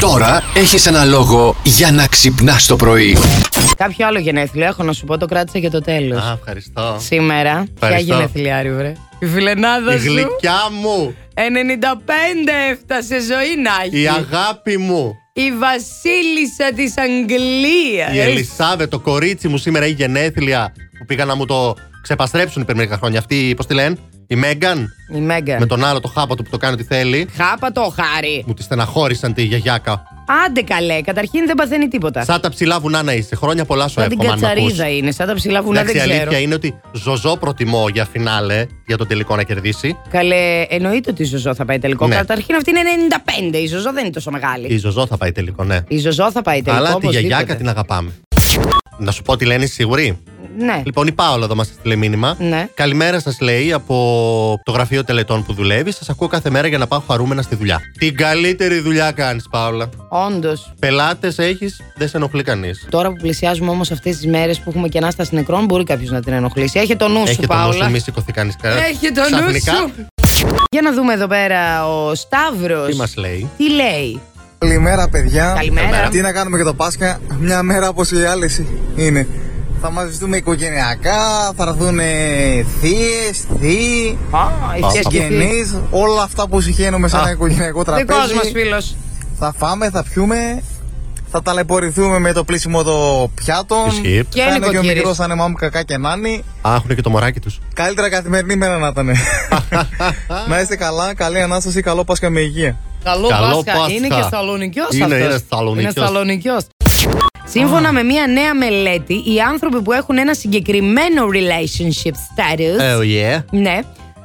Τώρα έχεις ένα λόγο για να ξυπνάς το πρωί. Κάποιο άλλο γενέθλιο έχω να σου πω, το κράτησα για το τέλος. Α, ευχαριστώ. Σήμερα. Ποια Ευχαριστώ. γενεθλιάριου, βρε. Η φιλενάδα Η σου. γλυκιά μου, 95 έφτασε ζωή να έχει. η αγάπη μου, Η βασίλισσα της Αγγλίας. η Ελισάβε, το κορίτσι μου σήμερα, η γενέθλια που πήγαν να μου το ξεπαστρέψουν πριν μερικά χρόνια. Αυτή, πώς τη λένε, η Μέγκαν, Η Μέγκα. με τον άλλο το χάπα του που το κάνει ό,τι θέλει. Χάπα το χάρι. Μου τη στεναχώρησαν τη γιαγιάκα. Άντε καλέ, καταρχήν δεν παθαίνει τίποτα. Σαν τα ψηλά βουνά να είσαι. Χρόνια πολλά σου Σαν Ε. την εύχομαι αν μ' ακούς. κατσαρίδα είναι, σαν τα ψηλά βουνά δεν Εντάξει, η ξέρω. αλήθεια είναι ότι ζωζό προτιμώ για φινάλε, για τον τελικό να κερδίσει. Καλέ, εννοείται ότι η Ζωζό θα πάει τελικό. Ναι. Καταρχήν αυτή είναι 95. Η Ζωζό δεν είναι τόσο μεγάλη. Η ζωζό θα πάει τελικό, ναι. Η Ζωζό θα πάει Ε. τελικό. Αλλά τη γιαγιάκα οπωσδήποτε. την αγαπάμε. Να σου πω τι λένε οι σίγουροι. Ναι. Λοιπόν, η Πάολα εδώ μας έστειλε μήνυμα. Ναι. Καλημέρα σας, λέει από το γραφείο τελετών που δουλεύει. Σας ακούω κάθε μέρα για να πάω χαρούμενα στη δουλειά. Την καλύτερη δουλειά κάνεις, Πάολα. Όντως. Πελάτες έχεις, δεν σε ενοχλεί κανείς. Τώρα που πλησιάζουμε όμως αυτές τις μέρες που έχουμε κενά στα συνεκρών, μπορεί κάποιος να την ενοχλήσει. Έχει το νου σου, Έχει το νου Πάολα. σου, ε, μη σηκωθεί κανείς Έχει το νου σου. Για να δούμε εδώ πέρα ο Σταύρος. Τι μας λέει. Τι λέει. Καλημέρα, παιδιά. Καλημέρα. Τι να κάνουμε για το Πάσχα, μια μέρα όπως οι άλλε είναι. Θα μαζευτούμε οικογενειακά, θα έρθουν θείε, θείοι, Α, έχει σκεφτεί. συγγενείς, όλα αυτά που συχαίνουμε σε Α. ένα οικογενειακό Δικός μα τραπέζι. φίλος. Θα φάμε, θα πιούμε, θα ταλαιπωρηθούμε με το πλήσιμο των πιάτων. Ισχύει. Και θα είναι και ο νοικοκύρης. μικρός, θα είναι μάμου κακά και νάνι. Α, έχουν και το μωράκι τους. Καλύτερα καθημερινή μέρα να ήταν. να είστε καλά, καλή ανάσταση, καλό Πάσχα με υγεία. Καλό, Καλό Πάσχα. Πάσχα. Είναι και Θεσσαλονικιός Είναι, αυτός. είναι Θεσσαλονικιός. Σύμφωνα με μία νέα μελέτη, οι άνθρωποι που έχουν ένα συγκεκριμένο relationship status. Oh yeah. Ναι,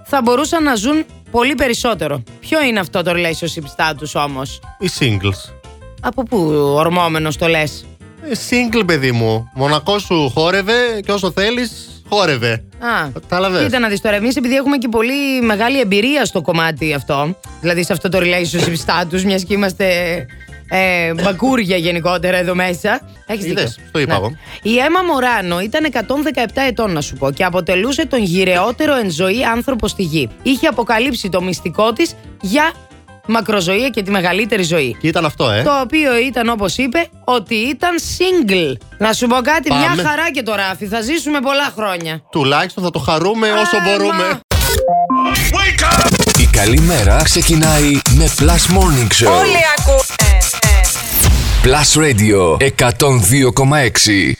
θα μπορούσαν να ζουν πολύ περισσότερο. Ποιο είναι αυτό το relationship status όμως. Οι singles. Από πού ορμόμενος το λες. Ε, Single, παιδί μου. Μονακός σου χόρευε και όσο θέλεις, χόρευε. Α, Κατάλαβες. Κοίτα να δεις τώρα. Εμείς επειδή έχουμε και πολύ μεγάλη εμπειρία στο κομμάτι αυτό, δηλαδή σε αυτό το relationship status, μιας και είμαστε ε, μπακούρια γενικότερα εδώ μέσα. Έχεις Είδες, δίκιο. Ναι. το είπα εγώ. Η Έμα Μωράνο ήταν 117 ετών, να σου πω, και αποτελούσε τον γυρεότερο εν ζωή άνθρωπο στη γη. Είχε αποκαλύψει το μυστικό της για μακροζωία και τη μεγαλύτερη ζωή. Και ήταν αυτό, ε. Το οποίο ήταν όπως είπε ότι ήταν single. Να σου πω κάτι, Πάμε. μια χαρά και το ράφι. Θα ζήσουμε πολλά χρόνια. Τουλάχιστον θα το χαρούμε όσο Άμα. μπορούμε. Η καλή μέρα ξεκινάει με Plus Morning Show. Όλοι ακούνε. Plus Radio 102,6.